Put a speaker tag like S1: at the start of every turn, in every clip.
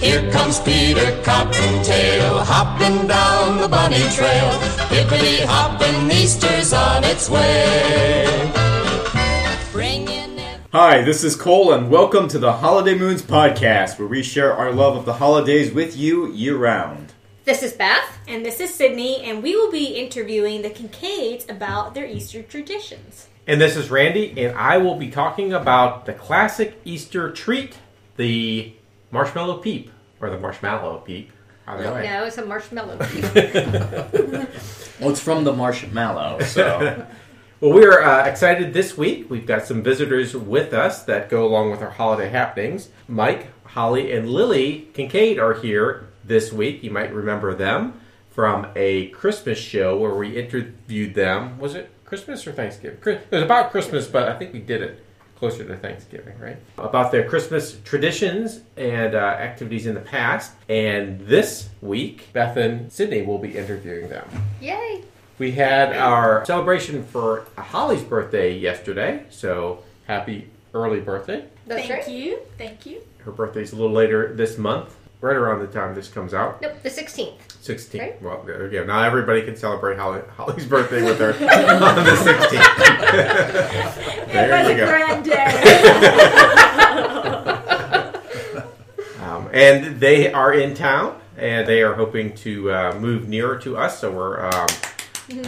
S1: Here comes Peter Cottontail, hopping down the bunny trail. Hippity hoppin', Easter's on its way. Bring in
S2: Hi, this is Cole, and welcome to the Holiday Moons podcast, where we share our love of the holidays with you year round.
S3: This is Beth.
S4: And this is Sydney, and we will be interviewing the Kincaids about their Easter traditions.
S5: And this is Randy, and I will be talking about the classic Easter treat, the marshmallow peep, or the marshmallow peep. Either way.
S3: No, it's a marshmallow.
S2: Well, it's from the marshmallow, so.
S5: Well, we're uh, excited this week. We've got some visitors with us that go along with our holiday happenings. Mike, Holly, and Lily Kincaid are here this week. You might remember them from a Christmas show where we interviewed them. Was it Christmas or Thanksgiving? Chris- It was about Christmas, but I think we did it closer to Thanksgiving, right? About their Christmas traditions and uh, activities in the past. And this week, Beth and Sydney will be interviewing them.
S3: Yay!
S5: We had our celebration for Holly's birthday yesterday, so happy early birthday.
S3: That's
S4: thank
S3: right.
S4: you, thank you.
S5: Her birthday's a little later this month, right around the time this comes out.
S3: Nope, the 16th.
S5: 16th.
S3: Right.
S5: Well, there you go. Not everybody can celebrate Holly, Holly's birthday with her on the 16th.
S4: it was
S5: there
S4: a
S5: you go.
S4: grand uh, day.
S5: Um, and they are in town, and they are hoping to uh, move nearer to us, so we're um,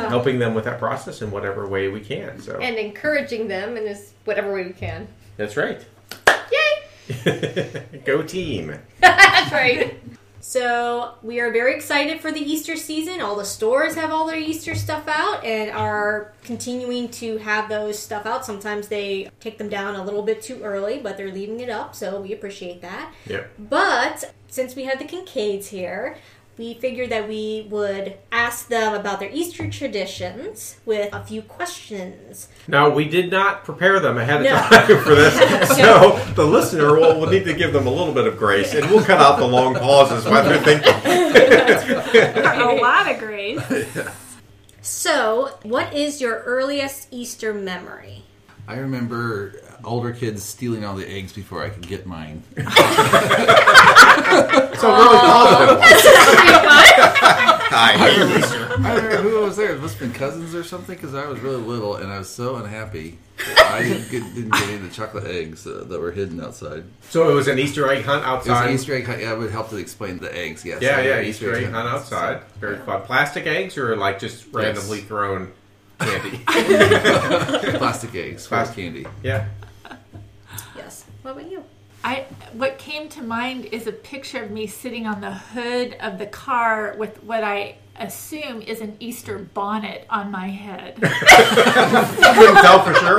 S5: helping them with that process in whatever way we can. So
S3: Mm-hmm. And encouraging them in this whatever way we can.
S5: that's right.
S3: Yay!
S5: go team.
S3: That's right.
S4: so we are very excited for the Easter season. All the stores have all their Easter stuff out and are continuing to have those stuff out. Sometimes they take them down a little bit too early, but they're leaving it up, so we appreciate that.
S5: Yep.
S4: But since we had the Kincaids here, we figured that we would ask them about their Easter traditions with a few questions.
S5: Now, we did not prepare them ahead of
S4: No.
S5: time for this, so the listener will, will need to give them a little bit of grace, and we'll cut out the long pauses while they're thinking.
S4: A A lot lot of grace. So, what is your earliest Easter memory?
S6: I remember older kids stealing all the eggs before I could get mine.
S5: So really positive.
S6: I
S5: Hi.
S6: remember, I remember who was there. It must have been cousins or something because I was really little and I was so unhappy. that I didn't get, didn't get any of the chocolate eggs uh, that were hidden outside.
S5: So it was an Easter egg hunt
S6: It was
S5: outside.
S6: an Easter egg hunt. Yeah, it would help to explain the eggs. Yes.
S5: yeah, yeah,
S6: I had an
S5: Easter egg hunt outside. Very fun. Plastic eggs or like just randomly thrown candy?
S6: Plastic eggs,
S5: Plastic.
S6: plastic candy.
S5: yeah.
S4: Yes. What about you?
S7: I what came to mind is a picture of me sitting on the hood of the car with what I assume is an Easter bonnet on my head.
S5: Couldn't tell for sure.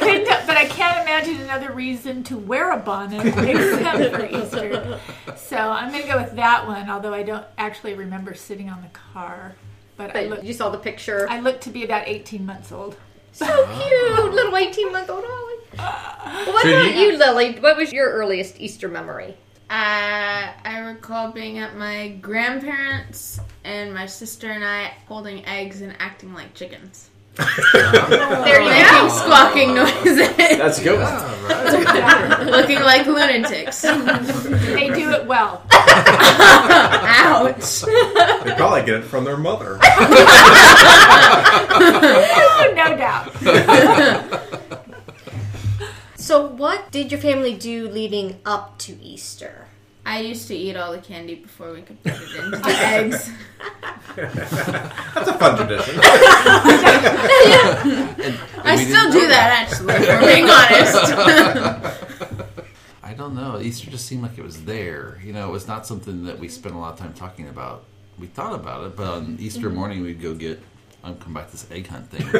S7: Couldn't- but I can't imagine another reason to wear a bonnet except for Easter. So I'm going to go with that one, although I don't actually remember sitting on the car. But,
S3: But
S7: I look
S3: you saw the picture.
S7: I look to be about 18 months old.
S3: So cute! Little 18 month old Ollie. Well, what
S5: So
S3: about
S5: you-
S3: you, Lily? What was your earliest Easter memory?
S8: Uh, I recall being at my grandparents and my sister and I holding eggs and acting like chickens.
S3: There you
S8: Making
S6: Oh.
S3: go.
S8: squawking noises.
S2: That's good.
S6: Yeah, right.
S8: looking like lunatics.
S7: They do it well.
S8: Ouch.
S5: They probably get it from their mother.
S7: Oh, no doubt.
S4: So, what did your family do leading up to Easter?
S8: I used to eat all the candy before we could put it into the eggs.
S5: That's a fun tradition.
S8: I
S6: we
S8: still
S6: didn't
S8: do
S6: know
S8: that, actually, if we're being honest.
S6: I don't know. Easter just seemed like it was there. You know, it was not something that we spent a lot of time talking about. We thought about it, but on Easter
S8: Mm-hmm.
S6: morning we'd go get. I'm coming back to this egg hunt thing.
S5: and the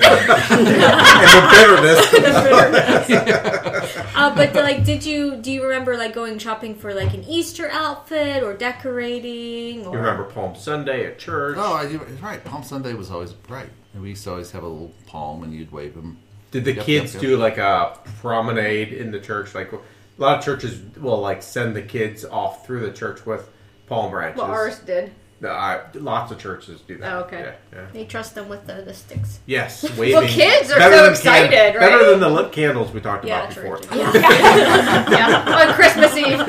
S5: bitterness.
S4: Uh, but like, did you do you remember like going shopping for like an Easter outfit or decorating? Or...
S5: You remember Palm Sunday at church?
S6: Oh, I do. it's Right. Palm Sunday was always bright. And we used to always have a little palm and you'd wave them.
S5: Did the
S6: Yep,
S5: kids
S6: yep, yep.
S5: do like a promenade in the church? Like a lot of churches will like send the kids off through the church with palm branches.
S3: Well, ours did.
S5: Uh, lots of churches do that.
S3: Oh, okay.
S5: Yeah, yeah.
S4: They trust them with the, the sticks.
S5: Yes, waving.
S3: Well, kids are
S5: Better
S3: so
S5: than can-
S3: excited, right?
S5: Better than the lip candles we talked
S3: yeah,
S5: about
S3: true.
S5: before.
S3: true. Yeah. yeah, on Christmas Eve.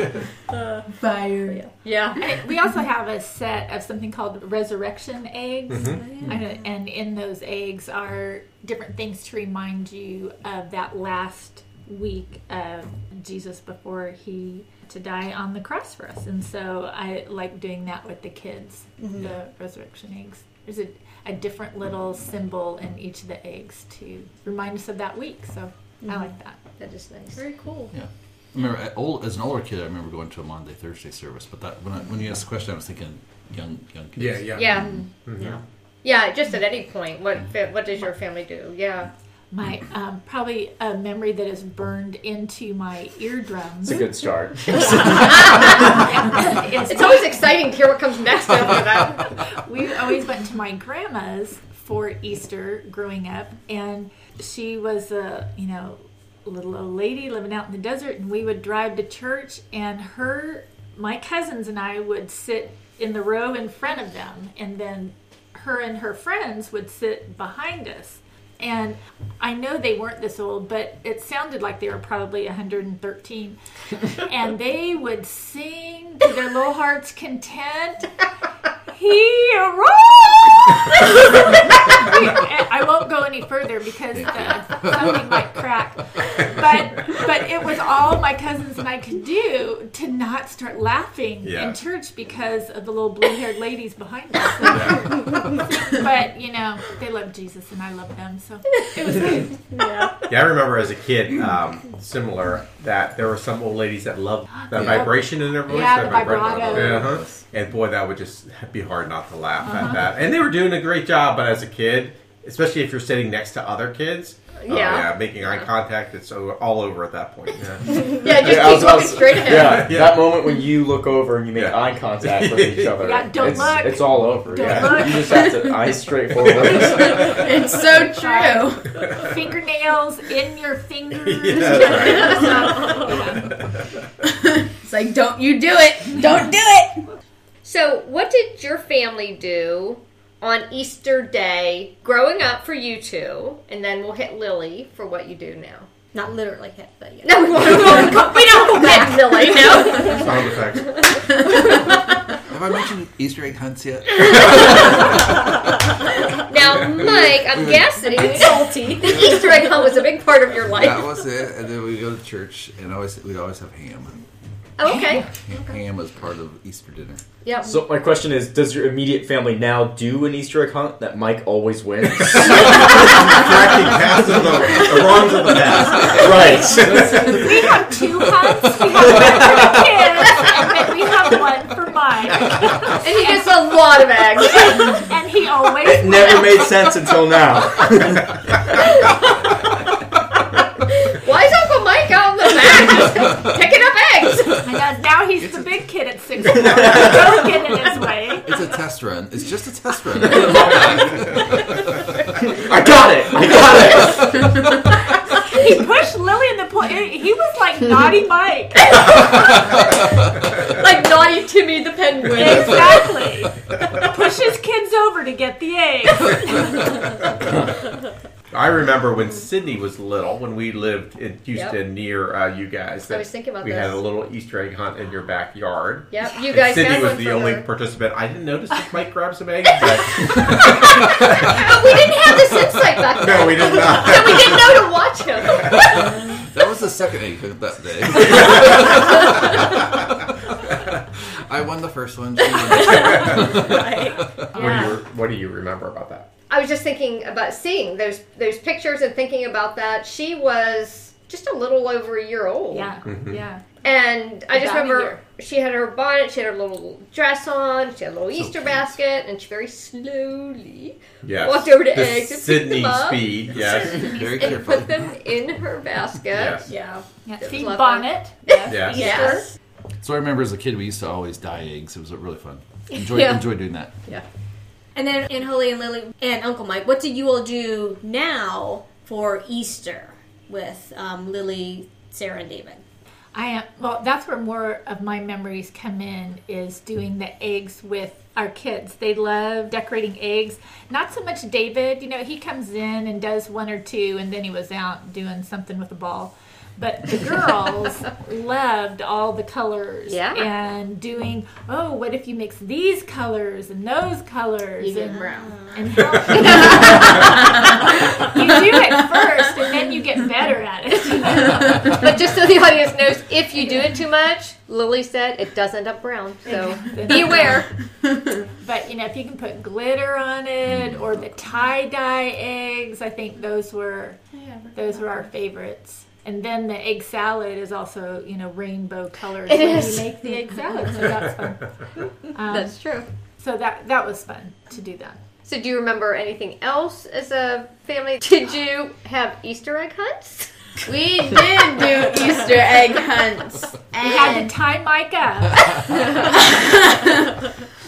S7: Fire.
S3: Yeah.
S7: We also have a set of something called resurrection eggs. I know- And in those eggs are different things to remind you of that last week of Jesus before he to die on the cross for us. And so I like doing that with the kids, the resurrection eggs. There's a, a different little symbol in each of the eggs to remind us of that week. So I like that.
S3: That is nice.
S4: Very cool.
S6: Yeah. I remember I- old, as an older kid, I remember going to a Monday Thursday service. But that when I, when you asked the question, I was thinking young young kids.
S5: Yeah, Mm-hmm. yeah.
S3: Yeah. Yeah. Yeah, just at any point, what fa- what does your family do? Mm-hmm. Yeah.
S7: My um, probably a memory that is burned into my
S2: It's
S7: eardrums.
S2: a good start.
S3: It's always exciting to hear what comes next after that.
S7: we always went to my grandma's for Easter growing up, and she was a you know little old lady living out in the desert, and we would drive to church, and her my cousins and I would sit in the row in front of them, and then her and her friends would sit behind us. And I know they weren't this old, but it sounded like they were probably 113. and they would sing to their little heart's content he arose. I won't go any further because the, something might crack. But but it was all my cousins and I could do to not start laughing
S5: Yeah.
S7: in church because of the little blue-haired ladies behind us. But you know they love Jesus and I love them, so it was good.
S5: Yeah, I remember as a kid, um, similar that there were some old ladies that loved the
S6: Yeah.
S5: vibration in their voice.
S7: Yeah,
S5: that
S7: the vibrato.
S5: Yeah, uh-huh. And boy, that would just be hard not to laugh
S3: Uh-huh.
S5: at that. And they were doing a great job, but as a kid, especially if you're sitting next to other kids, oh,
S3: Yeah.
S5: yeah, making eye contact, it's o- all over at that point. Yeah.
S3: Yeah, just
S2: Yeah, I
S3: keep
S2: was- I
S3: looking
S2: was-
S3: straight ahead.
S2: Yeah,
S5: Yeah.
S2: that moment when you look over and you make
S5: Yeah.
S2: eye contact with each other.
S7: Yeah, don't
S2: it's,
S7: look.
S2: It's all over.
S7: Don't
S2: yeah,
S7: look.
S2: you just have to eyes straight forward.
S8: It's so true.
S7: fingernails in your fingers.
S8: It's like, don't you do it. Don't do it.
S3: So, what did your family do on Easter Day growing up for you two? And then we'll hit Lily for what you do now.
S4: Not literally hit, but yeah.
S3: No, we, won't, we, won't go, we don't go back, Lily. No.
S5: Sound effects.
S6: Have I mentioned Easter egg hunts yet?
S3: Now, Mike, I'm guessing salty. The Easter egg hunt was a big part of your life.
S6: that was it. And then we go to church, and always we always have ham.
S3: Oh, okay.
S6: Ham, ham was part of Easter dinner.
S3: Yep.
S2: so my question is, does your immediate family now do an Easter egg hunt that Mike always wins?
S5: Cracking cast of the, the wrongs of the past.
S2: right.
S7: We have two hunts. We have one for the kids, and then we have one for mine.
S3: and he gets a lot of eggs.
S7: And he always
S2: It never made sense until now.
S3: Why is Uncle Mike out in the back picking up eggs?
S7: And now- now he's the big kid at six. He's get in his way.
S6: It's a test run. It's just a test run.
S2: I got it. I got it.
S7: He pushed Lily in the pool. He was like naughty Mike.
S3: Like naughty Timmy the penguin.
S7: Exactly. Pushes kids over to get the eggs.
S5: I remember when Sydney was little, when we lived in Houston near uh, you guys.
S3: I
S5: that
S3: was thinking about
S5: We had
S3: this.
S5: a little Easter egg hunt in your backyard.
S3: Yep, you
S5: And
S3: guys
S5: Sydney
S3: had
S5: was
S3: one
S5: the
S3: for
S5: only
S3: her.
S5: participant. I didn't notice if Mike grabbed some eggs. But
S3: But we didn't have this insight back then.
S5: no, we did not.
S3: So we didn't know to watch him.
S6: that was the second egg hunt that day. I won the first one. She won the second.
S5: What, do you, what do you remember about that?
S3: I was just thinking about seeing those those pictures and thinking about that. She was just a little over a year old.
S7: Yeah.
S3: Mm-hmm.
S7: Yeah.
S3: And I just
S7: About a
S3: remember
S7: year.
S3: she had her bonnet, she had her little dress on, she had a little Easter basket, and she very slowly
S5: Yes.
S3: walked over to
S5: the
S3: eggs and picked
S5: Sydney
S3: them up
S5: speed. Yes.
S6: Very
S3: and
S6: careful.
S3: put them in her basket.
S5: Yes.
S4: Yeah.
S7: Yeah.
S3: It was
S7: See
S3: lovely.
S7: bonnet.
S5: Yes.
S3: Yes.
S6: So I remember as a kid, we used to always dye eggs. It was really fun. Enjoy,
S4: Yeah.
S6: enjoy doing that.
S4: And then Aunt Holly and Lily and Uncle Mike, what do you all do now for Easter with um, Lily, Sarah, and David?
S7: I am well. That's where more of my memories come in is doing the eggs with our kids. They love decorating eggs. Not so much David. You know, he comes in and does one or two, and then he was out doing something with a ball. But the girls loved all the colors
S3: Yeah.
S7: and doing. Oh, what if you mix these colors and those colors
S8: You get
S7: and
S8: brown.
S7: and how you do it first, and then you get better at it.
S3: But just so the audience knows, if you do it too much, Lily said it does end up brown. So be aware.
S7: But you know, if you can put glitter
S3: Mm.
S7: on it or the tie dye eggs, I think those were those were our favorites. And then the egg salad is also you know rainbow colors
S3: It
S7: when
S3: is.
S7: you make the egg salad, so that's fun. Um,
S3: That's true.
S7: so that that was fun to do that.
S3: So do you remember anything else as a family? Did you have Easter egg hunts?
S8: We did do Easter egg hunts.
S7: We had
S8: And
S7: to tie Mike up.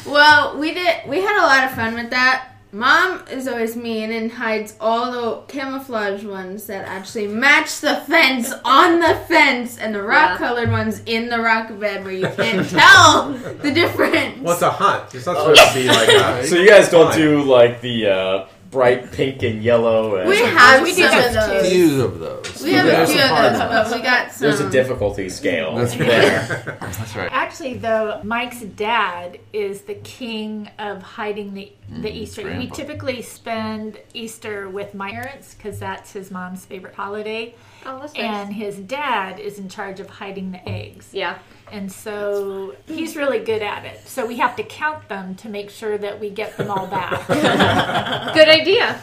S8: well, we did. We had a lot of fun with that. Mom is always mean and hides all the camouflage ones that actually match the fence on the fence, and the rock-colored ones in the rock bed where you can't tell the difference.
S5: What's a hunt? It's not supposed to be like that.
S2: So you guys don't do like the uh, bright pink and yellow. And
S8: we have
S7: We do
S8: some
S7: have
S8: of those.
S6: Few of those.
S8: We have a
S2: There's
S8: few
S2: some
S8: of
S2: hard
S8: those, but we got some.
S2: There's a difficulty scale
S6: That's right.
S2: there.
S6: That's right.
S7: Actually, though, Mike's dad is the king of hiding the,
S3: Mm,
S7: the Easter. We
S6: grandpa.
S7: typically spend Easter with my parents because that's his mom's favorite holiday.
S3: Oh, that's nice.
S7: And his dad is in charge of hiding the eggs.
S3: Yeah.
S7: And so he's really good at it. So we have to count them to make sure that we get them all back.
S3: Good idea.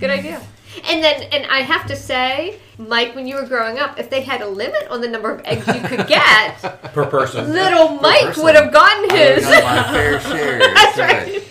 S3: Good idea. And then, and I have to say, Mike, when you were growing up, if they had a limit on the number of eggs you could get,
S5: per person.
S3: little Mike
S6: person.
S3: would have gotten his.
S6: I got my fair share. That's right.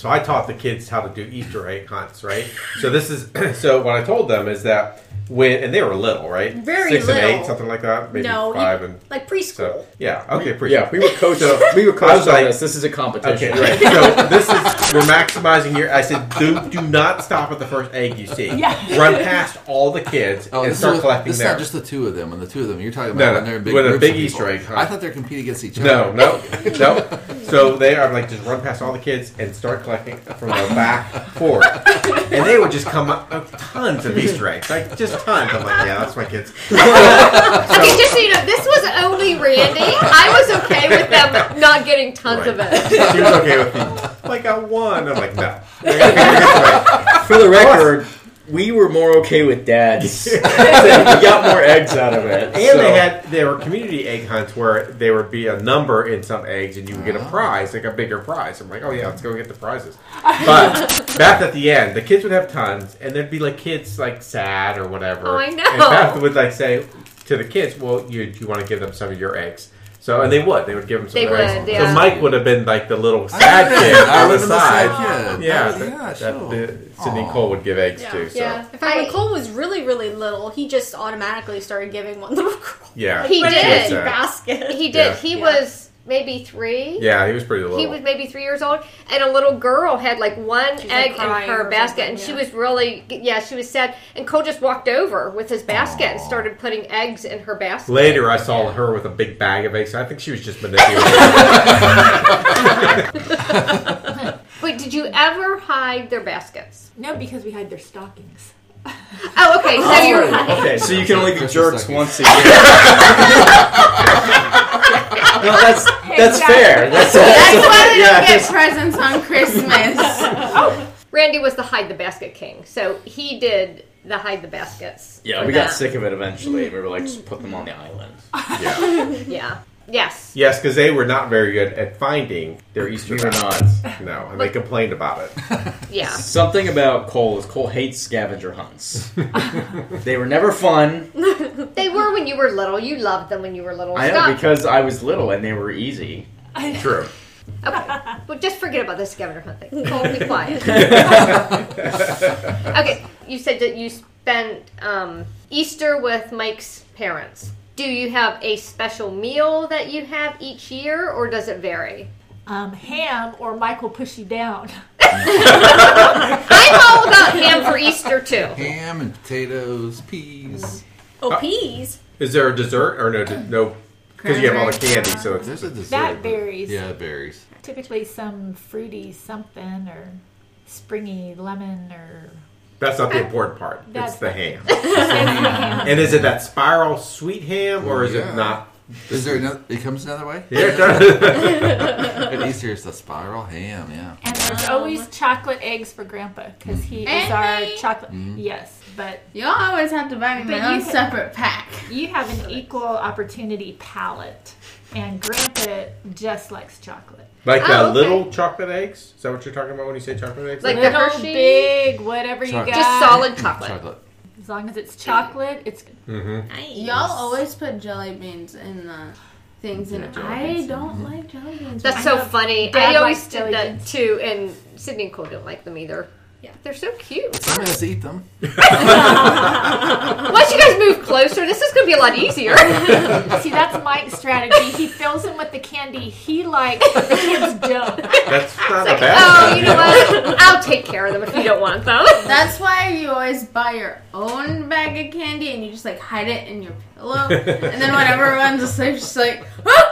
S5: So I taught the kids how to do Easter egg hunts, right? So this is so what I told them is that when and they were little, right?
S4: Very
S5: Six and
S4: little.
S5: eight, something like that. Maybe
S4: No,
S5: five
S4: you-
S5: and
S4: like preschool.
S5: so yeah. Okay, appreciate
S2: Yeah, we were coached. we were
S5: I
S2: coached
S5: was
S2: on
S5: like-
S2: this. This is a
S5: Okay,
S2: competition.
S5: right. So this is we're maximizing your. I said, do, do not stop at the first egg you see.
S7: Yeah.
S5: Run past all the kids
S6: Oh,
S5: and
S6: this,
S5: start
S6: is,
S5: collecting
S6: this is
S5: there.
S6: not just the two of them. And the two of them, you're talking about
S5: No,
S6: when
S5: no,
S6: they're in big
S5: with a
S6: groups of
S5: big
S6: people.
S5: Easter egg hunt.
S6: I thought they're competing against each
S5: no,
S6: other.
S5: no, no. So they are like just run past all the kids and start collecting from the back forward, and they would just come up uh, tons of Easter eggs, like just tons. I'm like, yeah, that's my kids.
S3: Okay, just so you know, this was only Randy. I was okay with them not getting tons of
S5: Right.
S3: it.
S5: She was okay with me. Like I won. I'm like, no.
S2: For the record, we were more okay with dads. we got more eggs out of it.
S5: And they had there were community egg hunts where there would be a number in some eggs and you would get
S3: Oh.
S5: a prize, like a bigger prize. I'm like, oh yeah, let's go get the prizes. But back at the end, the kids would have tons, and there'd be like kids like sad or whatever.
S3: Oh, I know.
S5: And Beth would like say to the kids, well, you you want to give them some of your eggs. So and they would, they would give them some
S3: They
S5: of their
S3: would,
S5: eggs.
S3: yeah.
S5: So Mike would have been like the little
S6: I
S5: sad
S6: would've
S5: kid
S6: been- I
S5: on the
S6: would've been the sad
S5: side.
S6: kid.
S5: Yeah,
S6: Oh,
S5: that-
S6: yeah,
S5: that-
S6: sure.
S5: the- Sydney
S6: Aw.
S5: Cole would give eggs
S8: Yeah.
S5: too. So
S3: Yeah.
S4: If I,
S3: I-
S4: recall, was really, really little. He just automatically started giving one little girl.
S5: yeah,
S3: He
S4: right in
S3: did.
S4: the
S5: Yeah.
S4: basket.
S3: He did.
S5: Yeah.
S3: He
S4: Yeah.
S3: was maybe three.
S5: yeah, he was pretty little.
S3: He was maybe three years old, and a little girl had like one
S4: She was, like,
S3: egg in
S4: crying
S3: her
S4: or
S3: basket,
S4: something,
S3: and she
S4: yeah.
S3: was really, yeah, she was sad. And Cole just walked over with his basket and started putting eggs in her basket.
S5: Later, I saw her with a big bag of eggs. I think she was just manipulating.
S3: Wait, did you ever hide their baskets?
S7: no, because we hide their stockings.
S3: Oh, okay, so you're right.
S2: Okay, so you can only be
S6: Christmas
S2: jerks
S6: suckies.
S2: once a year. no, that's that's fair. That's
S8: That's why we
S2: yeah,
S8: don't get
S2: that's-
S8: presents on Christmas.
S3: Randy was the hide the basket king, so he did the hide the baskets.
S2: yeah.
S3: for
S2: We got
S3: that.
S2: sick of it eventually, and we were like, just put them on the island.
S5: yeah.
S4: Mm-hmm.
S3: Yeah. Yes.
S5: Yes, because they were not very good at finding their Easter
S2: We were
S5: baskets. No, and they complained about it.
S3: Yeah.
S2: Something about Cole is Cole hates scavenger hunts. they were never fun.
S3: They were when you were little. You loved them when you were little.
S2: I
S3: Stop.
S2: know because I was little and they were easy.
S5: True.
S3: Okay. well, just forget about the scavenger hunt thing. Cole, be quiet. okay. You said that you spent um, Easter with Mike's parents. Do you have a special meal that you have each year, or does it vary?
S7: Um, ham or Mike will push you down.
S3: I'm all about ham for Easter too.
S6: Ham and potatoes, peas.
S5: Uh,
S4: Oh, peas.
S5: Is there a dessert or no? No, because you have all the candy, so it's
S6: There's a dessert.
S7: That
S6: but-
S7: varies.
S6: Yeah, it varies.
S7: Typically, some fruity something or springy lemon or
S5: that's not the important part.
S7: That's
S5: it's the
S7: not-
S5: ham.
S7: ham.
S5: And is it that spiral sweet ham or is
S6: Yeah.
S5: it not?
S6: Is there another? It comes another way.
S5: Yeah, it does.
S6: At Easter, it's the spiral ham. Yeah.
S7: And there's
S6: Um,
S7: always chocolate eggs for Grandpa because he is
S8: And
S7: our
S8: me.
S7: chocolate.
S6: Mm-hmm.
S7: Yes, but
S8: Y'all always have to buy me
S7: But
S8: my
S7: you
S8: own
S7: can-
S8: separate pack.
S7: you have an equal opportunity palate, and Grandpa just likes chocolate.
S5: like the
S3: Oh, okay.
S5: little chocolate eggs. Is that what you're talking about when you say chocolate eggs?
S3: Like- the
S7: Little,
S3: Hershey-
S7: big, whatever you
S6: Chocolate.
S7: got.
S3: Just solid chocolate.
S6: Mm, Chocolate.
S7: As long as it's chocolate, it's
S5: Mm-hmm.
S8: Y'all always put jelly beans in the things, and
S6: Yeah, jelly
S8: I
S6: beans.
S8: don't like jelly beans.
S3: That's
S8: I
S3: so
S8: know-
S3: funny. I
S7: Dad
S3: always
S7: likes
S3: did
S7: jelly
S3: that
S7: beans.
S3: too, and Sydney and Cole didn't like them either.
S4: Yeah.
S3: They're so cute.
S6: Somebody has to eat them.
S3: Why don't you guys move closer? This is going to be a lot easier.
S7: See, that's Mike's strategy. He fills them with the candy he likes, but the kids don't.
S5: That's not a bad.
S3: oh, you know what? I'll take care of them if you don't want them.
S8: That's why you always buy your own bag of candy and you just like hide it in your pillow. and then when everyone's asleep, just like,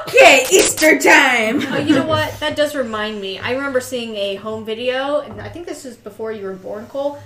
S8: okay, Easter time.
S4: Oh, you know what? That does remind me. I remember seeing a home video, and I think this was before you were born, Cole.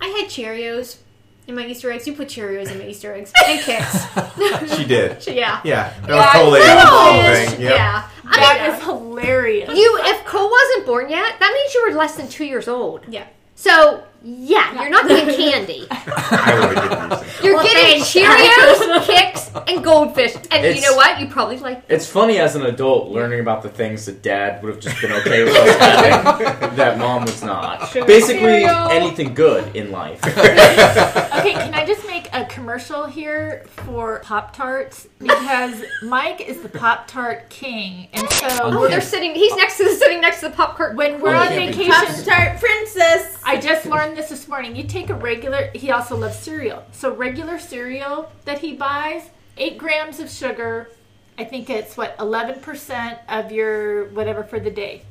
S4: I had Cheerios in my Easter eggs. You put Cheerios in my Easter eggs and Kits.
S5: She did.
S4: yeah.
S5: Yeah, that
S7: Yeah,
S5: was totally
S7: I
S5: the whole
S7: know.
S5: thing. Yep.
S4: Yeah.
S7: That is hilarious.
S3: You, if Cole wasn't born yet, that means you were less than two years old.
S4: Yeah.
S3: So, yeah, you're not getting candy.
S5: I really didn't use it.
S3: You're getting Cheerios, Kicks, and Goldfish. And
S2: It's-
S3: you know what? You probably like
S2: It's funny as an adult learning about the things that dad would have just been okay with us having that mom was not. Basically,
S7: Cereal.
S2: anything good in life.
S7: Okay, can I just make a commercial here for Pop Tarts? Because Mike is the Pop Tart king. And so
S3: Oh, they're sitting. He's next to the sitting next to the pop cart.
S7: when we're
S6: Oh,
S7: on
S6: yeah, but-
S8: Pop
S7: vacation,
S8: Tart Princess.
S7: I just learned this this morning. You take a regular, he also loves cereal. So, regular cereal that he buys, eight grams of sugar. I think it's what, 11% of your whatever for the day.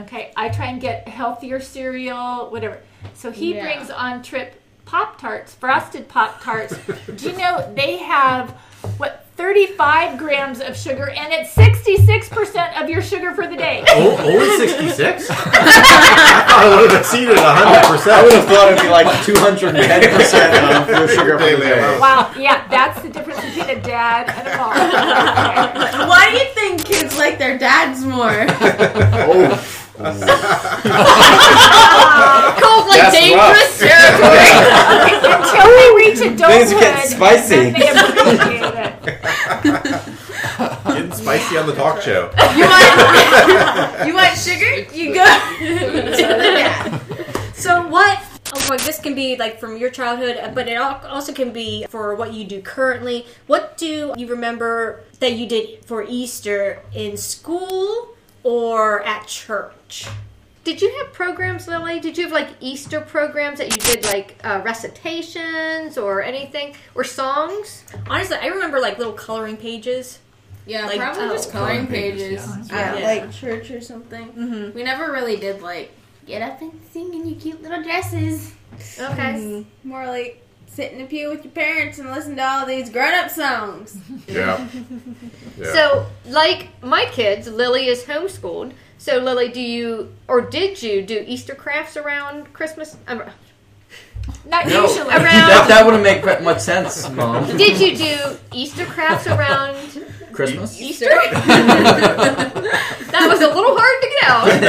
S7: Okay, I try and get healthier cereal, whatever. So, he
S8: Yeah.
S7: brings on trip Pop Tarts, frosted Pop Tarts. Do you know they have what, 35 grams of sugar and it's 66% of your sugar for the day?
S5: O- Only sixty six. I thought I would have exceeded hundred
S2: I would
S5: percent.
S2: have thought it'd be like 210% on your sugar for the day.
S7: Wow, yeah, that's the difference between a dad and a mom. Okay.
S8: Why do you think kids like their dads more?
S2: Oh,
S3: Cold like
S2: That's
S3: dangerous territory.
S7: Until we reach adulthood,
S2: Things get spicy.
S7: then they appreciate it.
S5: Getting spicy on the talk show.
S8: You want you want sugar? You go to the dad.
S4: So what? Oh, well, this can be like from your childhood, uh, but it al- also can be for what you do currently. What do you remember that you did for Easter in school or at church?
S3: Did you have programs, Lily? Did you have like Easter programs that you did like uh, recitations or anything or songs?
S4: Honestly, I remember like little coloring pages.
S8: Yeah,
S4: Like,
S8: probably
S4: oh.
S8: just coloring
S6: Coloring pages,
S8: pages
S6: yeah.
S8: at
S4: Yeah.
S8: like church or something.
S5: Mm-hmm.
S8: We never really did like get up and sing in your cute little dresses.
S3: Okay.
S8: More like sit in a pew with your parents and listen to all these grown-up songs.
S5: Yeah. Yeah.
S3: So, like my kids, Lily is homeschooled. So, Lily, do you or did you do Easter crafts around Christmas? Um,
S7: Not
S2: No.
S7: usually.
S2: that,
S3: around.
S2: that wouldn't make that much sense, Mom.
S3: did you do Easter crafts around
S2: Christmas?
S3: Easter? that was a little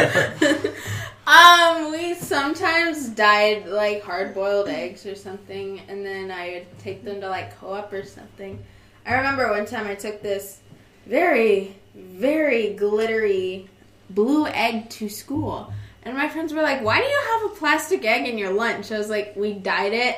S3: hard to get out.
S8: Um, we sometimes dyed like hard-boiled eggs or something, and then I would take them to like co-op or something. I remember one time I took this very, very glittery blue egg to school, and my friends were like, "Why do you have a plastic egg in your lunch?" I was like, "We dyed it."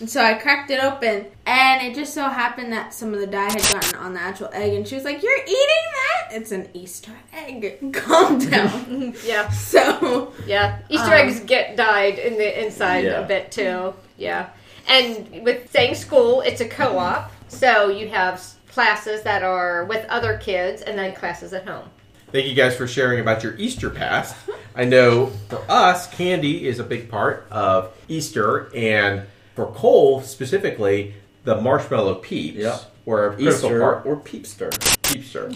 S8: And so I cracked it open, and it just so happened that some of the dye had gotten on the actual egg. And she was like, "You're eating that? It's an Easter egg. Calm down."
S3: Yeah.
S8: So
S3: Yeah, Easter
S8: Um,
S3: eggs get dyed in the inside
S2: Yeah.
S3: a bit too. Yeah, and with saying school, it's a co-op, so you have s- classes that are with other kids, and then classes at home.
S5: Thank you guys for sharing about your Easter past. I know for us, candy is a big part of Easter, and for Cole specifically, the marshmallow peeps
S2: Yeah.
S5: were Crystal
S2: Easter
S5: Park
S2: or Peepster.
S5: peepster.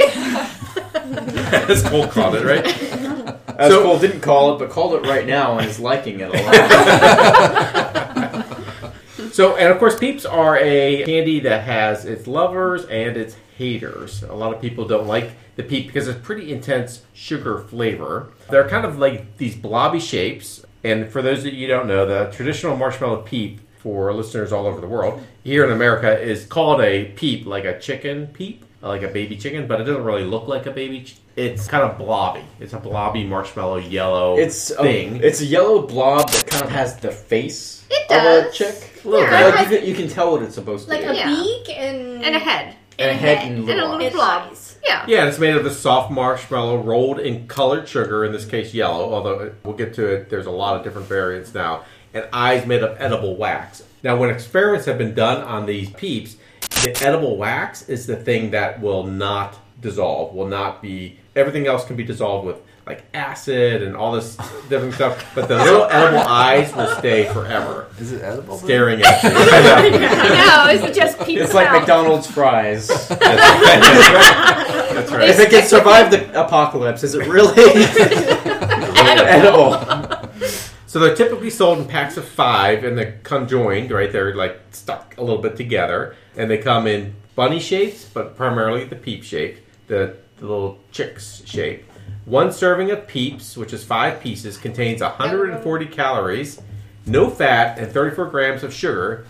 S5: That's Cole called it, right?
S2: As
S5: So-
S2: Cole didn't call it, but called it right now and is liking it a lot.
S5: So, and of course, peeps are a candy that has its lovers and its haters. A lot of people don't like the peep because it's pretty intense sugar flavor. They're kind of like these blobby shapes. And for those that you don't know, the traditional marshmallow peep for listeners all over the world here in America is called a peep, like a chicken peep, like a baby chicken, but it doesn't really look like a baby. Ch- it's kind of blobby. It's a blobby marshmallow yellow
S2: It's a,
S5: thing.
S2: it's a yellow blob that kind of has the face
S3: It
S2: of a
S3: does.
S2: chick.
S5: Little
S3: Yeah.
S5: bit.
S2: Like, you, can, you can tell what it's supposed
S4: Like
S2: to
S4: a
S2: be.
S3: Yeah.
S4: beak and
S3: and a head.
S2: And a head and
S3: and a
S2: little
S3: little
S2: eyes.
S3: blob. Yeah.
S5: Yeah, it's made of the soft marshmallow rolled in colored sugar, in this case yellow, although we'll get to it. There's a lot of different variants now. And eyes made of edible wax. Now, when experiments have been done on these peeps, the edible wax is the thing that will not dissolve, will not be. Everything else can be dissolved with like acid and all this different stuff, but the little edible eyes will stay forever,
S6: Is it edible?
S5: staring at you. I know.
S3: no, it's just people.
S2: It's like McDonald's fries.
S5: That's right. That's right.
S2: if it can survive the apocalypse, is it really edible?
S5: So they're typically sold in packs of five, and they're conjoined, right? They're like stuck a little bit together, and they come in bunny shapes, but primarily the peep shape, the, the little chicks shape. One serving of peeps, which is five pieces, contains 140 calories, no fat, and 34 grams of sugar,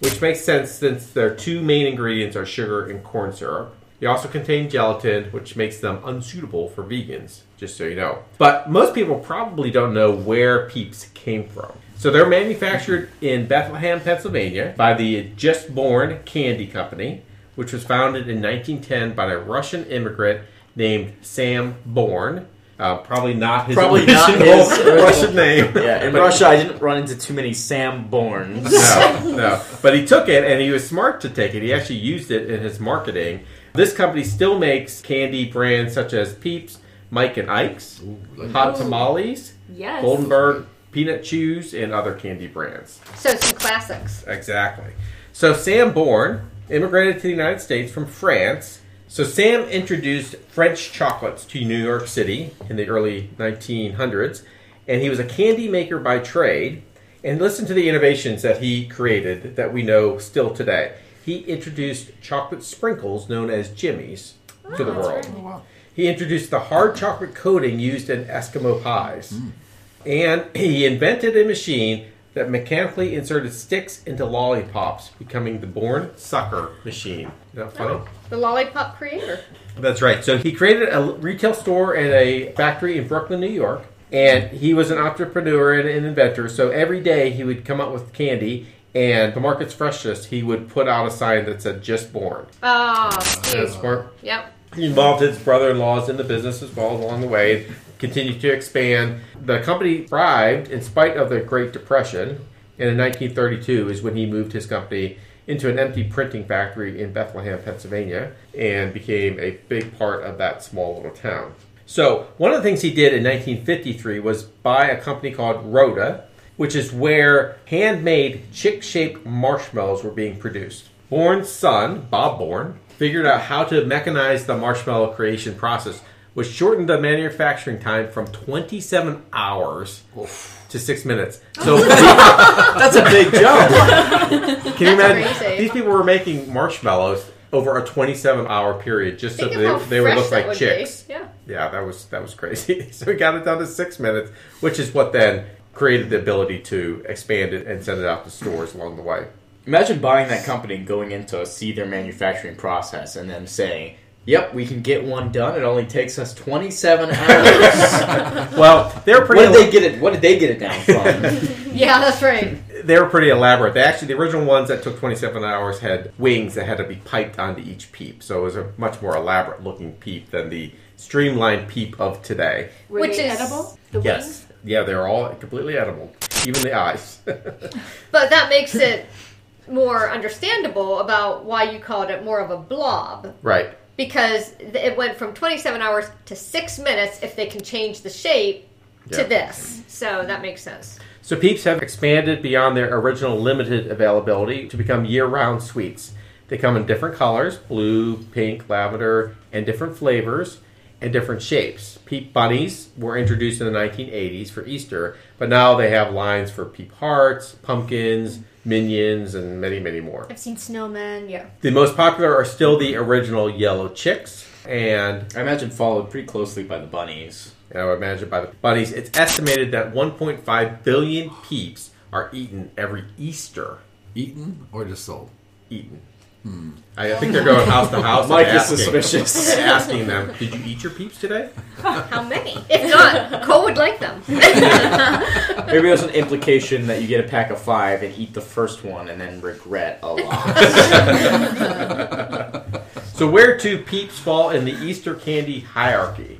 S5: which makes sense since their two main ingredients are sugar and corn syrup. They also contain gelatin, which makes them unsuitable for vegans, just so you know. But most people probably don't know where Peeps came from. So they're manufactured in Bethlehem, Pennsylvania by the Just Born Candy Company, which was founded in 1910 by a Russian immigrant named Sam Born. Uh, probably not his
S2: Probably not
S5: original
S2: his original-
S5: Russian name.
S2: Yeah, in
S5: But-
S2: Russia, I didn't run into too many Sam Borns.
S5: no, no. But he took it and he was smart to take it. He actually used it in his marketing. This company still makes candy brands such as Peeps, Mike and Ike's,
S6: like
S5: Hot Tamales,
S4: yes.
S5: Goldenberg, Peanut Chews, and other candy brands.
S3: So some classics.
S5: Exactly. So Sam Bourne immigrated to the United States from France. So Sam introduced French chocolates to New York City in the early 1900s, and he was a candy maker by trade. And listen to the innovations that he created that we know still today. He introduced chocolate sprinkles known as jimmies to the world. He introduced the hard chocolate coating used in Eskimo pies. And he invented a machine that mechanically inserted sticks into lollipops, becoming the born sucker machine. Isn't that funny?
S3: The lollipop creator.
S5: That's right. So he created a retail store and a factory in Brooklyn, New York. And he was an entrepreneur and an inventor. So every day he would come up with candy, and the market's freshest, he would put out a sign that said "Just Born."
S3: Oh,
S5: That's
S3: cute.
S5: smart.
S3: Yep.
S5: He involved his brother-in-laws in the business as well along the way. Continued to expand. The company thrived in spite of the Great Depression. And in 1932 is when he moved his company into an empty printing factory in Bethlehem, Pennsylvania, and became a big part of that small little town. So one of the things he did in 1953 was buy a company called Rhoda, which is where handmade chick-shaped marshmallows were being produced. Bourne's son, Bob Bourne, figured out how to mechanize the marshmallow creation process, which shortened the manufacturing time from 27 hours to six minutes. So
S2: That's a big jump.
S5: can you
S3: That's
S5: imagine?
S3: crazy.
S5: These people were making marshmallows over a 27-hour period just
S3: Think
S5: so
S3: of how
S5: they, they would
S3: fresh
S5: look
S3: that
S5: like
S3: would
S5: chicks.
S3: Be. Yeah.
S5: Yeah, that was that was crazy. so we got it down to six minutes, which is what then created the ability to expand it and send it out to stores along the way.
S2: Imagine buying that company and going in to see their manufacturing process and then saying, Yep, we can get one done. It only takes us 27 hours.
S5: Well, they were
S2: what
S5: pretty.
S2: did they get it? What did they get it down from?
S3: Yeah, that's right.
S5: they were pretty elaborate. They actually the original ones that took 27 hours had wings that had to be piped onto each peep, so it was a much more elaborate looking peep than the streamlined peep of today.
S7: Were
S3: Which
S7: they
S3: is-
S7: edible? The wings?
S5: yeah, they're all completely edible, even the eyes.
S3: But that makes it more understandable about why you called it more of a blob
S5: right.
S3: because th- it went from 27 hours to 6 minutes if they can change the shape
S5: Yeah.
S3: to this. So that makes sense.
S5: So Peeps have expanded beyond their original limited availability to become year-round sweets. They come in different colors, blue, pink, lavender, and different flavors and different shapes. Peep bunnies were introduced in the 1980s for Easter, but now they have lines for peep hearts, pumpkins, minions, and many, many more.
S4: I've seen snowmen. Yeah.
S5: The most popular are still the original yellow chicks, and
S2: I imagine followed pretty closely by the bunnies.
S5: and I would imagine by the bunnies, it's estimated that 1.5 billion peeps are eaten every Easter.
S6: Eaten or just sold?
S5: Eaten. I, I think they're going house to house. and
S2: Mike is
S5: asking-
S2: suspicious.
S5: Asking them, did you eat your peeps today?
S4: How many?
S3: If not, Cole would like them.
S2: Maybe there's an implication that you get a pack of five and eat the first one and then regret a lot.
S5: So where do peeps fall in the Easter candy hierarchy?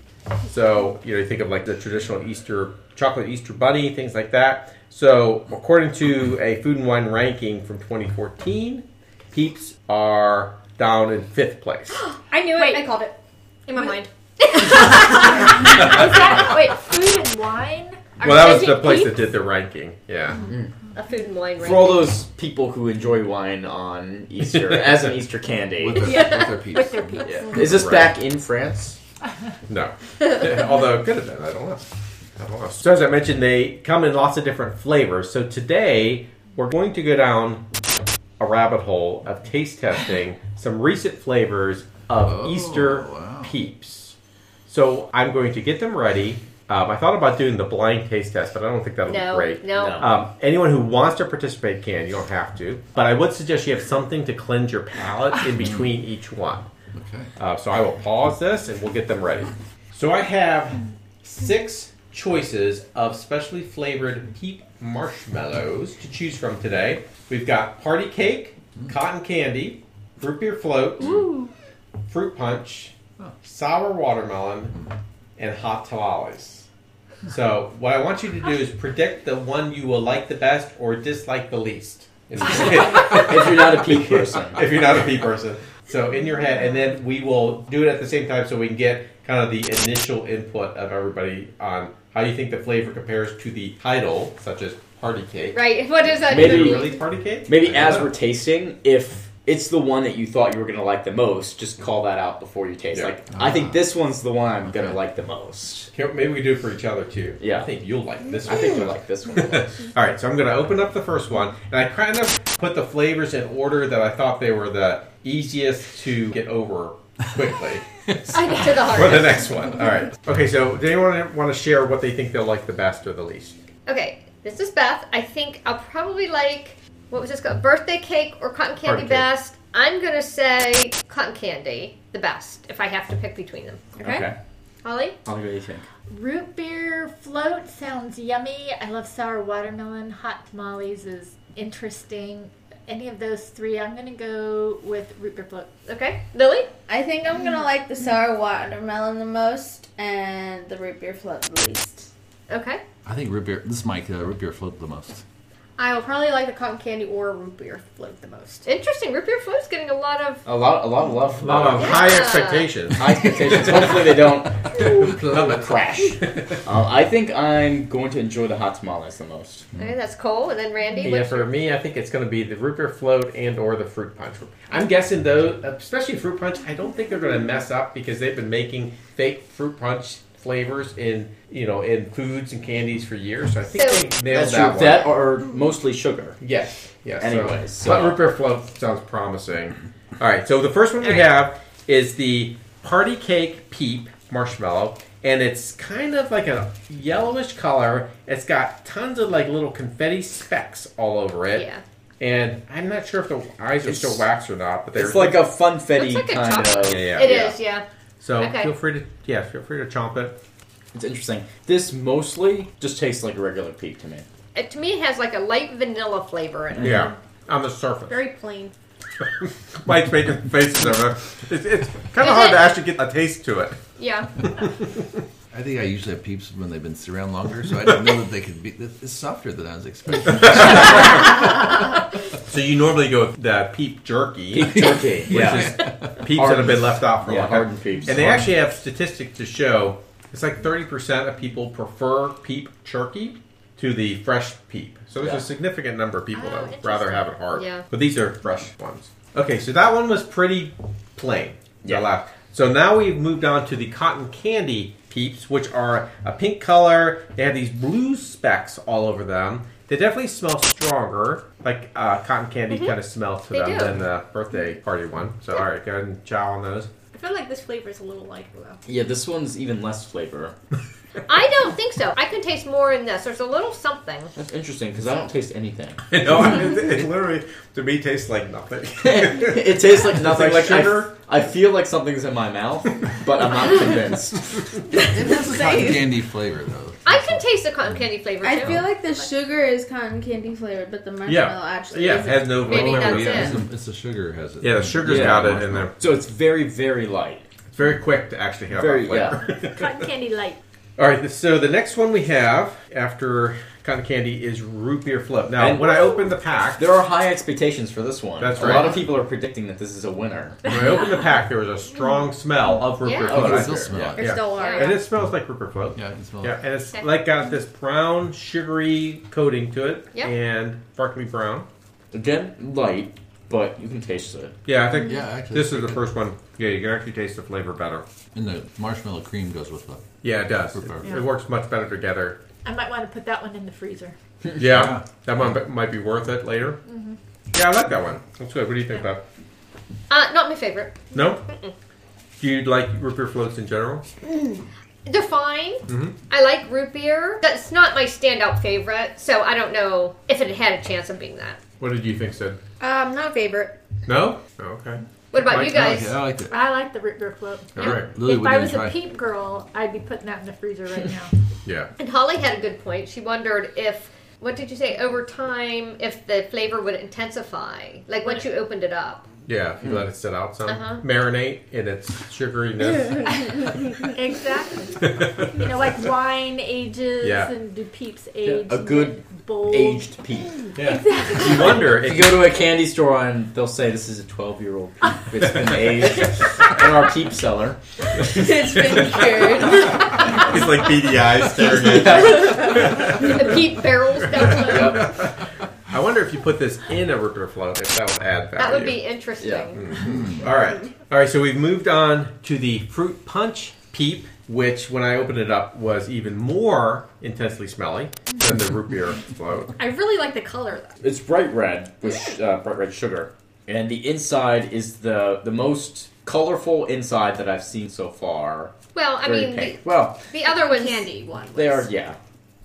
S5: So you know, you think of like the traditional Easter chocolate Easter bunny, things like that. So according to a Food and Wine ranking from 2014, peeps are down in fifth place.
S4: I knew it.
S7: Wait.
S4: I called it. In my mind.
S7: Is that, wait, food and wine? Are
S5: well, that was
S7: those
S5: the place
S7: peeps?
S5: that did the ranking. Yeah.
S3: Mm-hmm. A food and wine
S2: For all those people who enjoy wine on Easter as an Easter
S6: With
S2: candy.
S6: their, with their peeps.
S7: With their peeps.
S2: Yeah. Is this
S5: Right.
S2: back in France?
S5: No. Although it could have been. I don't know. I don't know. So as I mentioned, they come in lots of different flavors. So today we're going to go down a rabbit hole of taste testing some recent flavors of
S6: Oh,
S5: Easter
S6: wow.
S5: peeps. So I'm going to get them ready. Um, I thought about doing the blind taste test, but I don't think that'll
S3: No,
S5: be great.
S3: no.
S2: No.
S5: Um, anyone who wants to participate can. You don't have to, but I would suggest you have something to cleanse your palate in between each one.
S6: Okay.
S5: Uh, so I will pause this and we'll get them ready. So I have six choices of specially flavored peep marshmallows to choose from today. We've got party cake, cotton candy, root beer float, fruit punch, sour watermelon, and hot tamales. So what I want you to do is predict the one you will like the best or dislike the least.
S2: If you're not a peak person.
S5: if you're not a pea person. So in your head, and then we will do it at the same time, so we can get kind of the initial input of everybody on how you think the flavor compares to the title, such as party cake.
S3: Right. What is that?
S5: Is it
S2: Maybe-
S5: really party cake?
S2: Maybe as we're tasting, if it's the one that you thought you were going to like the most, just call that out before you taste.
S5: Yeah.
S2: Like, I think this one's the one I'm going
S6: Okay.
S2: to like the most.
S5: Can- Maybe we do it for each other too.
S2: Yeah.
S5: I think you'll like this.
S2: I
S5: one.
S2: think you'll like this one. the most.
S5: All right, so I'm going to open up the first one, and I kind of put the flavors in order that I thought they were the easiest to get over quickly
S3: I to the
S5: for the
S3: heart.
S5: next one. All right. Okay, so does anyone want to share what they think they'll like the best or the least?
S3: Okay, this is Beth. I think I'll probably like what was this called? Birthday cake or cotton candy
S5: Birthday.
S3: best. I'm gonna say cotton candy the best if I have to pick between them.
S4: Okay.
S3: Holly?
S2: I'll hear what you think.
S7: Root beer float sounds yummy. I love sour watermelon. Hot tamales is interesting. Any of those three, I'm going to go with root beer float.
S3: Okay. Lily?
S8: I think I'm gonna like the sour watermelon the most and the root beer float the least.
S3: Okay.
S6: I think root beer. This is Mike. Uh, root beer float the most.
S4: I will probably like the cotton candy or root beer float the most.
S3: Interesting. Root beer float's getting a lot of
S2: A lot, a lot of love. for
S5: Well,
S2: that.
S5: um, high
S3: Yeah.
S5: expectations.
S2: High expectations. Hopefully they don't
S5: Plummet.
S2: crash. Uh, I think I'm going to enjoy the hot tamales the most.
S3: okay, that's Cole and then Randy.
S5: Yeah,
S3: which-
S5: for me, I think it's going to be the root beer float and or the fruit punch. I'm guessing though, especially fruit punch, I don't think they're going to mess up because they've been making fake fruit punch flavors in you know in foods and candies for years. So I think
S3: So-
S5: they nailed
S2: That's
S5: that
S2: true.
S5: one.
S2: That or mostly sugar.
S5: yes, yes.
S2: Anyways,
S5: so, but
S2: so-
S5: root beer float sounds promising. All right, so the first one we have is the party cake peep marshmallow. And it's kind of like a yellowish color. It's got tons of like little confetti specks all over it.
S3: Yeah.
S5: And I'm not sure if the eyes are
S2: It's-
S5: still waxed or not, but they're
S2: It's like a funfetti
S3: It's like a
S2: kind of.
S3: chocolate.
S5: Yeah, yeah.
S3: It is.
S2: Yeah.
S3: yeah.
S5: so
S3: okay.
S5: feel free to yeah, feel free to chomp it.
S2: It's interesting. This mostly just tastes like a regular peak to me.
S3: It, to me it has like a light vanilla flavor in it.
S5: Yeah, on the surface.
S4: Very plain.
S5: Mike's making faces over. It's, it's kind
S3: Is hard it? to
S5: actually get a taste to it.
S3: Yeah.
S6: I think I usually have peeps when they've been around longer, so I didn't know that they could be. It's softer than I was expecting.
S5: So you normally go with the peep jerky,
S2: Peak turkey.
S5: which
S2: yeah.
S5: is peeps that have been left out for a
S2: Yeah,
S5: long time.
S2: hardened peeps.
S5: And they actually have statistics to show it's like 30% of people prefer peep jerky to the fresh peep. So there's
S6: Yeah.
S5: a significant number of people
S3: Oh,
S5: that would rather have it hard.
S3: Yeah.
S5: But these are fresh ones. Okay, so that one was pretty plain. the
S2: Yeah.
S5: last- So now we've moved on to the cotton candy peeps, which are a pink color. They have these blue specks all over them. They definitely smell stronger, like uh, cotton candy kind of smell to
S3: Mm-hmm.
S5: them
S3: They do.
S5: than the birthday party one. So all right, go ahead and chow on those.
S4: I feel like this flavor is a little lighter though.
S2: Yeah, this one's even less flavor.
S3: I don't think so. I can taste more in this. There's a little something.
S2: That's interesting because I don't taste anything.
S5: no, I mean, it, it literally to me tastes like nothing.
S2: it tastes like nothing.
S5: like
S2: Like, I-
S5: sugar?
S2: I, feel like something's in my mouth, but I'm not convinced.
S6: It has a cotton candy flavor though.
S3: I can taste the cotton candy flavor too.
S8: I feel like the sugar is cotton candy flavored, but the marshmallow actually
S5: yeah, it
S8: isn't.
S5: has no.
S3: Maybe
S5: no-
S3: that's
S6: yeah,
S3: it.
S6: it's the- it's the sugar has it.
S5: Yeah, the sugar's
S2: Yeah.
S5: got it in there.
S2: So it's very, very light.
S5: It's very quick to actually have
S2: Very-
S5: that flavor.
S4: Cotton candy light.
S5: All right, so the next one we have after cotton candy is root beer float. Now,
S2: And-
S5: when I opened the pack,
S2: There are high expectations for this one.
S5: That's
S2: A lot
S5: right.
S2: of people are predicting that this is a winner.
S5: when I opened the pack, there was a strong smell of root
S3: Yeah.
S5: beer
S3: Oh,
S5: float.
S6: I can
S5: out
S6: still
S5: there.
S6: smell it.
S4: There's
S5: Yeah.
S4: still are.
S5: And it smells like root beer float.
S6: Yeah, I can smell
S5: Yeah,
S6: it.
S5: and it's
S3: Okay.
S5: like got this brown, sugary coating to it,
S3: Yeah.
S5: and darkly brown.
S2: Again, light, but you can taste it.
S5: Yeah, I think
S6: Yeah, actually,
S5: this
S6: it's
S5: is the
S6: pretty
S5: first one. Yeah, you can actually taste the flavor better.
S6: And the marshmallow cream goes with the.
S5: Yeah, it does. It,
S6: Root beer.
S5: it works much better together.
S7: I might want to put that one in the freezer.
S5: Yeah, that one b- might be worth it later. Yeah, I like that one. That's good. What do you think, Bob?
S3: Uh, not my favorite.
S5: No? Do you like root beer floats in general?
S3: They're fine.
S5: Mhm.
S3: I like root beer. That's not my standout favorite, so I don't know if it had a chance of being that.
S5: What did you think, Sid?
S4: Um, not a favorite.
S5: No? Oh, okay.
S3: What about
S5: Mike, oh,
S3: you
S6: I
S3: guys?
S6: like it. I like it.
S7: I like the root beer float.
S5: All right.
S6: Lily
S7: if I
S6: wouldn't
S7: was
S6: even
S7: a
S6: try.
S7: peep girl, I'd be putting that in the freezer right now.
S5: Yeah.
S3: And Holly had a good point. She wondered if, what did you say, over time, if the flavor would intensify, like once you opened it up.
S5: Yeah, if you let it sit out some.
S3: Uh-huh.
S5: Marinate in its sugariness.
S7: exactly. You know, like wine ages
S5: Yeah.
S7: and do peeps age.
S2: a
S7: and
S2: good
S7: get bold.
S2: Aged peep.
S5: yeah. You wonder
S2: If
S5: if
S2: you go to a candy store and they'll say this is a 12 year old peep. It's been aged in our peep cellar.
S8: it's been cured.
S5: he's like beady eyes staring
S3: The peat barrels down low.
S2: Yep.
S5: I wonder if you put this in a root beer float, if that would add value.
S3: That would be interesting.
S2: Yeah.
S5: Mm. All right. All right, so we've moved on to the fruit punch peep, which when I opened it up was even more intensely smelly than the root beer float.
S4: I really like the color though.
S2: It's bright red with sh- uh, bright red sugar, and the inside is the the most colorful inside that I've seen so far.
S3: Well, I
S2: Very
S3: mean,
S2: pink.
S3: the,
S2: well,
S3: the other one's
S4: Candy one. Was.
S2: they are yeah.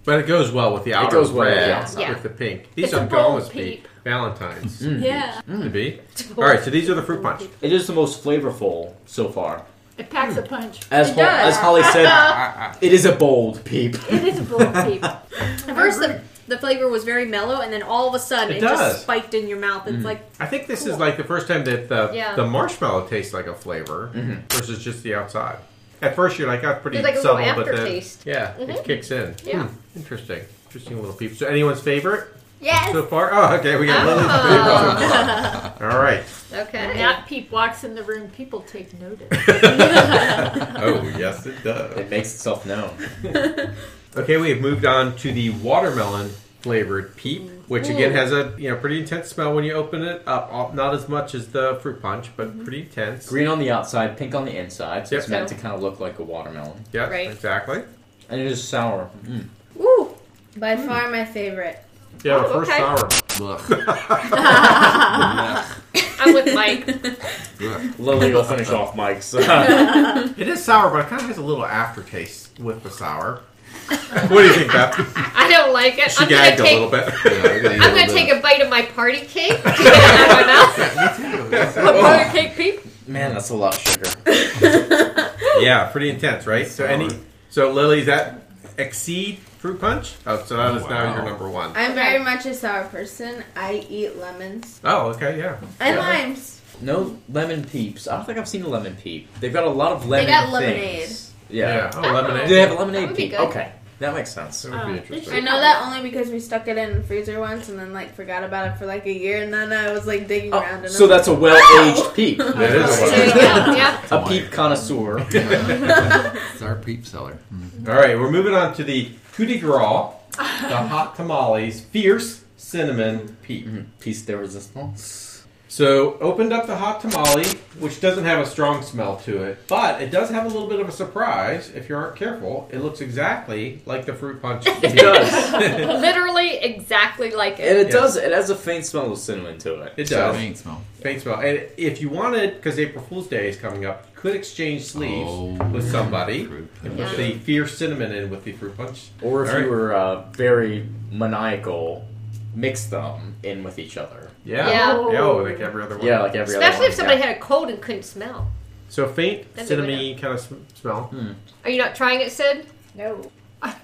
S5: But it goes well with the outer
S2: goes well with the
S5: red
S2: outside.
S3: Yeah.
S5: with the pink. These
S7: It's
S5: are
S7: a bold
S5: almost be
S7: peep. Mm.
S5: Valentine's
S7: Yeah.
S5: to be. All right, so these are the fruit punch.
S2: It is the most flavorful so far.
S7: It packs a punch.
S2: As
S8: It
S2: Hol-
S8: does.
S2: as Holly said, it is a bold peep.
S7: It is a bold peep.
S4: At first, the, the flavor was very mellow, and then all of a sudden,
S5: It
S4: it,
S5: does. Mm.
S4: just spiked in your mouth. It's like
S5: I think this is like the first time that the,
S3: Yeah.
S5: the marshmallow tastes like a flavor versus just the outside. At first, you're like, that's pretty
S3: There's like a
S5: subtle,
S3: little
S5: but then
S3: aftertaste. Mm-hmm.
S5: yeah, it kicks in.
S3: Yeah.
S5: Hmm, interesting, interesting little peep. So, anyone's favorite
S4: yes.
S5: so far? Oh, okay, we got Lily's
S3: Oh.
S5: favorite. All right.
S7: When
S3: okay.
S7: that peep walks in the room, people take notice.
S5: Oh, yes, it does.
S2: It makes itself known.
S5: Okay, we have moved on to the watermelon flavored peep, which again has a you know pretty intense smell when you open it up. All- Not as much as the fruit punch, but
S3: Mm-hmm.
S5: pretty intense.
S2: Green on the outside, pink on the inside. So it's
S5: Yep.
S2: meant to kind of look like a watermelon,
S5: Yeah,
S3: Right. Oh,
S5: exactly.
S2: and it is sour. Mm.
S3: Ooh,
S8: By far my favorite.
S5: Yeah, the
S3: Oh,
S5: first
S3: okay.
S5: sour.
S6: Ugh.
S3: I'm with Mike.
S6: Ugh.
S2: Lily will finish off Mike's.
S5: It is sour, but it kind of has a little aftertaste with the sour. what do you think, Beth?
S3: I don't like it.
S5: She
S3: I'm gonna
S5: gagged a little
S3: take.
S5: bit.
S6: Yeah, I gotta eat
S3: I'm gonna
S6: little
S3: take
S6: bit.
S3: a bite of my party cake. To get it out of my mouth.
S6: Yeah,
S3: Party
S5: Oh.
S3: cake peep.
S2: Man, that's a lot of sugar.
S5: yeah, pretty intense, right? So any, so Lily, is that exceed fruit punch? Oh, so that is now
S6: Wow.
S5: your number one.
S8: I'm very much a sour person. I eat lemons
S5: Oh, okay, yeah.
S8: and
S5: Yeah.
S8: limes.
S2: No lemon peeps. I don't think I've seen a lemon peep. They've got a lot of lemon.
S8: got
S2: things.
S8: lemonade.
S2: Yeah.
S5: Oh, lemonade.
S2: Do they have a lemonade
S3: That would be
S2: peep?
S3: good.
S2: Okay, that makes sense.
S5: That would be
S7: Oh,
S5: interesting.
S8: I know that only because we stuck it in the freezer once and then like forgot about it for like a year and then I was like digging
S2: Oh,
S8: around. And
S2: so
S8: I'm
S2: that's a well-aged peep.
S5: That is a
S3: There you
S5: lemon.
S3: go. Yeah.
S2: A peep connoisseur.
S6: It's our peep cellar. Mm.
S5: All right, we're moving on to the coup de grace the hot tamales, fierce cinnamon peep.
S3: Mm-hmm.
S2: Mhm. Piece de resistance.
S5: So opened up the hot tamale, which doesn't have a strong smell to it, but it does have a little bit of a surprise if you aren't careful. It looks exactly like the fruit punch.
S2: It does.
S3: Literally exactly like
S2: And
S3: it.
S2: it does. It has a faint smell of cinnamon to it.
S5: It
S6: So,
S5: does.
S6: I ain't smell.
S5: Faint smell. And if you wanted, because April Fool's Day is coming up, you could exchange sleeves
S6: Oh,
S5: with somebody
S6: fruit
S5: and
S3: punch.
S5: put the fierce cinnamon in with the fruit punch.
S2: Or if
S5: All right.
S2: you were uh, very maniacal, mix them in with each other.
S5: Yeah.
S3: Yeah.
S5: Yeah, oh, like every other one.
S2: Yeah, like every
S3: Especially
S2: other one.
S3: if somebody
S2: yeah.
S3: had a cold and couldn't smell.
S5: So faint
S3: Then they would
S5: cinnamon kind of sm- smell.
S3: Are you not trying it, Sid?
S7: No.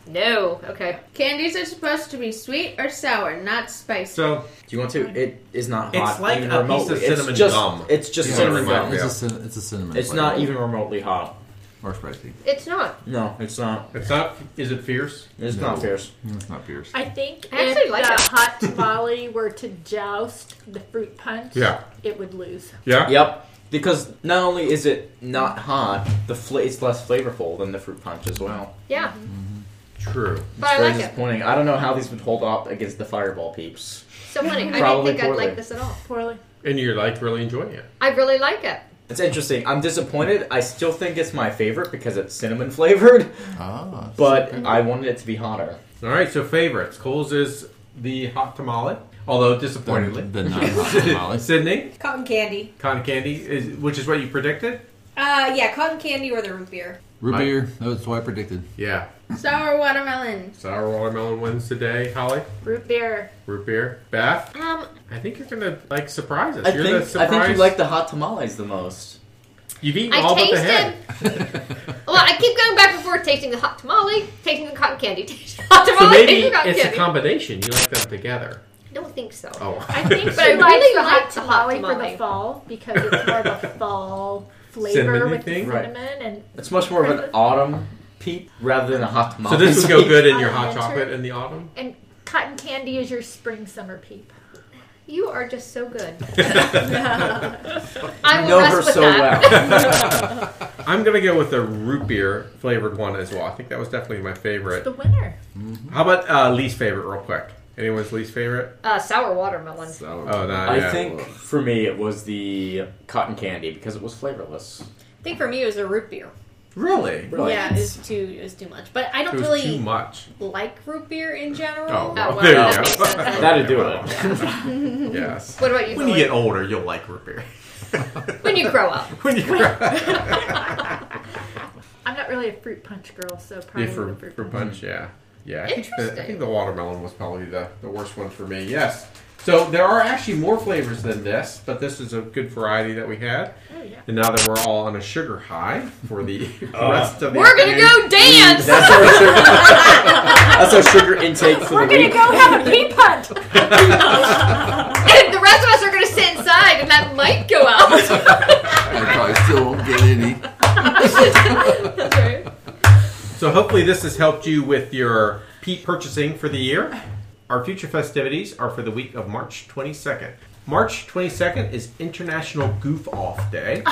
S3: No. Okay.
S8: Candies are supposed to be sweet or sour, not spicy.
S5: So
S2: Do you want to? It is not
S5: It's
S2: hot.
S5: like
S2: even
S5: a piece
S2: remotely.
S5: of cinnamon
S2: it's just,
S5: gum.
S2: It's just
S5: Yeah.
S2: cinnamon
S5: Cinnamon
S2: gum.
S5: gum.
S6: It's, a, cin- it's a cinnamon.
S2: It's
S6: flavor.
S2: not even remotely hot.
S6: Or spicy.
S3: It's not.
S2: No, it's not.
S5: it's not. Is it fierce?
S2: It's
S6: No.
S2: not fierce.
S6: It's not fierce.
S7: I think
S3: I actually
S7: if
S3: like
S7: the
S3: it.
S7: hot tamale were to joust the fruit punch,
S5: Yeah.
S7: it would lose.
S5: Yeah.
S2: Yep. Because not only is it not hot, the fla- it's less flavorful than the fruit punch as well.
S3: Yeah.
S5: Mm-hmm. True.
S3: But I
S2: Very
S3: like it.
S2: disappointing. I don't know how these would hold up against the fireball peeps.
S3: So funny. I didn't
S2: Probably
S3: think I'd
S2: poorly.
S3: like this at all.
S7: Poorly.
S5: And you're like really enjoying it.
S3: I really like it.
S2: It's interesting. I'm disappointed. I still think it's my favorite because it's cinnamon flavored,
S6: Ah,
S2: but
S5: Mm-hmm.
S2: I wanted it to be hotter.
S5: All right. So favorites. Cole's is the hot tamale, although
S6: the,
S5: disappointingly.
S6: the non-hot tamale.
S5: Sydney,
S4: Cotton candy.
S5: cotton candy, is, which is what you predicted.
S4: Uh, yeah, cotton candy or the root beer.
S6: Root
S5: My-
S6: beer. That was what I predicted.
S5: Yeah.
S8: sour watermelon.
S5: Sour watermelon wins today, Holly.
S7: Root beer.
S5: Root beer. Beth,
S3: Um,
S5: I think you're gonna like surprise us.
S2: I
S5: you're
S2: think
S5: the
S2: I
S5: surprise.
S2: think you like the hot tamales the most.
S5: You've eaten
S3: I
S5: all but the
S3: tasted.
S5: head.
S3: Well, I keep going back and forth tasting the hot tamale, tasting the cotton candy, tasting the hot
S5: So
S3: tamale,
S5: maybe
S3: tasting the cotton
S5: it's a
S3: candy.
S5: combination. You like them together.
S3: I don't think so.
S5: Oh.
S7: I think
S3: But I
S7: she likes
S3: really
S7: the
S3: like
S7: hot
S3: the hot
S7: tamale, for
S3: tamale.
S7: the fall because it's more of a fall flavor
S5: Cinnamon-y
S7: with the
S5: thing?
S2: Right.
S7: cinnamon and
S2: It's much more of an autumn peep rather than a hot
S5: so
S2: tamale.
S5: this would go good in your
S7: Oh,
S5: hot
S7: that's right.
S5: chocolate in the autumn.
S7: and cotton candy is your spring summer peep.
S3: You are just so good. I
S2: You
S3: will
S2: know
S3: mess
S2: her
S3: with
S2: so
S3: that.
S2: well.
S5: I'm gonna go with the root beer flavored one as well. I think that was definitely my favorite.
S7: The winner.
S5: How about uh, least favorite, real quick? Anyone's least favorite?
S3: Uh, sour watermelon.
S5: Oh no,
S2: I
S5: yeah.
S2: think for me it was the cotton candy because it was flavorless.
S4: I think for me it was the root beer.
S5: really.
S2: Really?
S4: Yeah, it was too it was too much. But I
S5: Oh, It
S4: don't
S5: was
S4: really
S5: too much.
S4: like root beer in general.
S5: Oh,
S3: well,
S5: there
S3: that
S5: you
S3: makes
S5: go.
S3: sense.
S2: That'd do
S5: well.
S2: it.
S5: yes.
S3: What about you?
S5: When you get
S3: Philip?
S5: older, you'll like root beer.
S3: when you grow up.
S5: when you
S7: I'm not really a fruit punch girl, so probably
S5: Yeah, for,
S7: the fruit
S5: for
S7: punch.
S5: punch, yeah. Yeah, I think, the, I
S3: Interesting.
S5: think the watermelon was probably the, the worst one for me, yes. So there are actually more flavors than this, but this is a good variety that we had.
S7: Oh, yeah.
S5: And now that we're all on a sugar high for the
S2: Uh,
S5: rest of the
S3: We're gonna
S5: afternoon-
S3: go dance.
S2: That's our sugar. That's our sugar intake for
S7: We're
S2: the
S7: gonna
S2: week.
S7: go have a peep hunt.
S3: and the rest of us are gonna sit inside, and that might go out.
S6: I probably still won't get any.
S5: So hopefully this has helped you with your peat purchasing for the year. Our future festivities are for the week of March 22nd. March 22nd is International Goof Off Day.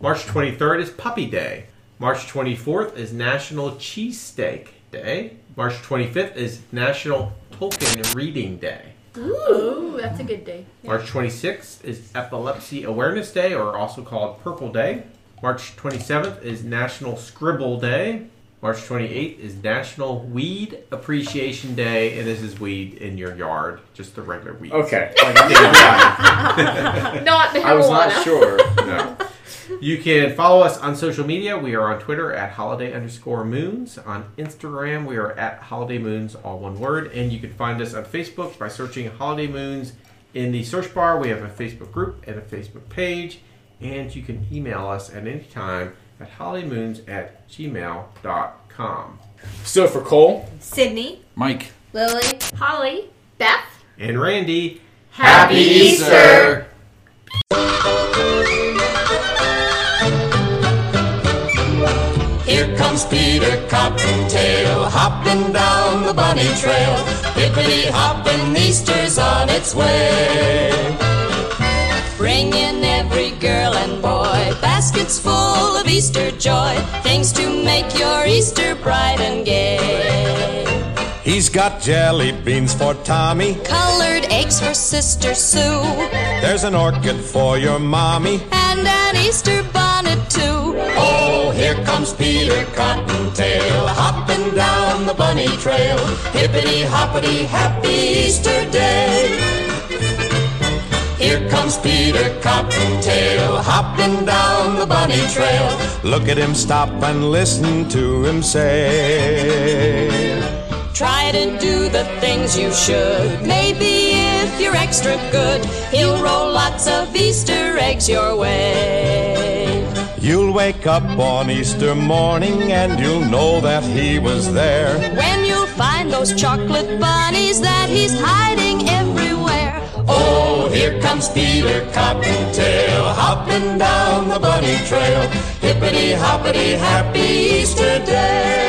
S5: March 23rd is Puppy Day. March 24th is National Cheesesteak Day. March 25th is National Tolkien Reading Day.
S7: Ooh, that's a good day.
S5: March 26th is Epilepsy Awareness Day, or also called Purple Day. March 27th is National Scribble Day. March 28th is National Weed Appreciation Day, and this is weed in your yard, just the regular weed.
S2: Okay. Like, I, think
S3: not marijuana.
S2: I was not sure.
S5: No. You can follow us on social media. We are on Twitter at holiday underscore moons. On Instagram, we are at holiday moons, all one word. And you can find us on Facebook by searching holiday moons in the search bar. We have a Facebook group and a Facebook page. And you can email us at any time at holidaymoons at gmail.com.
S2: So for Cole,
S4: Sydney.
S6: Mike.
S8: Lily.
S7: Holly,
S3: Beth.
S5: And Randy,
S2: Happy Easter.
S1: Here comes Peter Cottontail hopping down the bunny trail. Hippity hoppin', Easter's on its way. Bring in every girl and boy, baskets full of Easter joy, things to make your Easter bright and gay.
S9: He's got jelly beans for Tommy.
S8: Colored eggs for Sister Sue.
S9: There's an orchid for your mommy.
S8: And an Easter bonnet, too.
S9: Oh, here comes Peter Cottontail, hopping down the bunny trail. Hippity hoppity, happy Easter day. Here comes Peter Cottontail, hopping down the bunny trail. Look at him stop and listen to him say.
S8: Try to do the things you should. Maybe if you're extra good, he'll roll lots of Easter eggs your way.
S9: You'll wake up on Easter morning and you'll know that he was there.
S8: When you'll find those chocolate bunnies that he's hiding everywhere.
S9: Oh, here comes Peter Cottontail, hopping down the bunny trail. Hippity hoppity, happy Easter day.